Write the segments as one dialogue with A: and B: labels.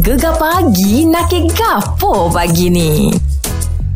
A: Gegar pagi nak ke gapo pagi ni?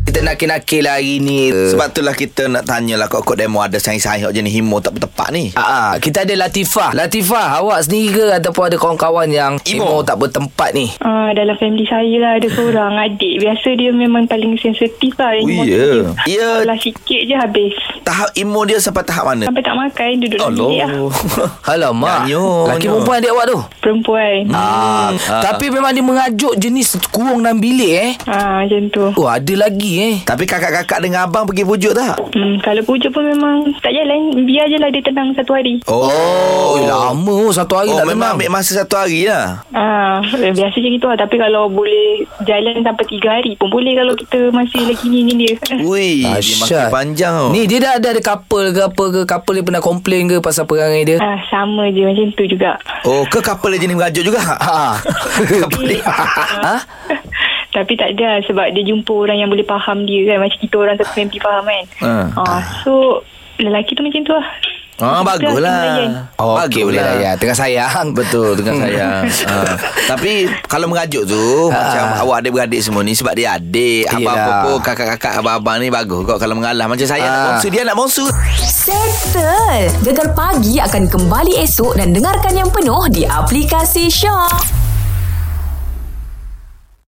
B: Kita nak kenakil lah hari ni uh.
C: Sebab itulah kita nak tanyalah kok-kok demo ada sains-sains jenis himo tak bertepat ni.
B: Ah, ah, kita ada Latifah. Latifah, awak sendiri ke ataupun ada kawan-kawan yang emo,
C: Emo.
B: tak bertempat ni?
D: Uh, dalam family saya lah ada seorang adik biasa dia memang paling sensitif lah
C: Oh,
D: emosi
C: ya.
D: dia.
C: Ya.
D: Kalau sikit je habis
C: Tahap imo dia sampai tahap mana?
D: sampai tak makan duduk dalam
C: Allah.
D: bilik lah
B: Alamak,
C: Nyanyo,
B: laki
C: nyanyo.
B: perempuan adik awak tu.
D: perempuan
B: Ah,
C: ah.
B: tapi memang dia mengajuk jenis kurung dalam bilik eh.
D: Ah, macam tu
B: Oh, ada lagi eh.
C: Tapi kakak-kakak dengan abang pergi pujuk tak?
D: hmm, kalau pujuk pun memang tak jalan biar je lah dia tenang satu hari
C: Oh,
B: Oh, lama oh, satu hari
C: Oh,
B: tak
C: memang
B: tenang.
C: ambil masa satu hari lah.
D: Ah, eh, biasa je gitu lah tapi kalau boleh jalan sampai tiga hari pun boleh kalau kita masih lagi ni dengan dia
C: Ui, dia makin
B: Dahsyat.
C: panjang oh. tau.
B: Ni dia dah ada, ada couple ke apa ke Couple dia pernah komplain ke Pasal perangai dia
D: Ah, sama je macam tu juga
C: Oh, ke couple dia jenis mengajuk juga?
B: ha.
D: Tapi-
B: ha?
D: Tapi tak ada lah sebab dia jumpa orang yang boleh faham dia kan. Macam kita orang satu family faham kan.
C: Ah.
D: Uh. so lelaki tu macam tu lah.
C: Ah,
D: Kita
C: baguslah.
D: kena layan.
B: Oh,
C: Bagus
B: okay, boleh
C: lah.
B: lah ya. Tengah sayang Hmm.
C: Betul dengan saya. ha. Tapi kalau mengajuk tu macam awak adik-beradik semua ni sebab dia adik, abang-abang
B: Ah. Yelah.
C: pun kakak-kakak abang-abang ni bagus kok kalau mengalah macam saya nak
B: Ah.
C: bongsu dia nak bongsu.
A: Settle! Gegar pagi akan kembali esok dan dengarkan yang penuh di aplikasi Shock.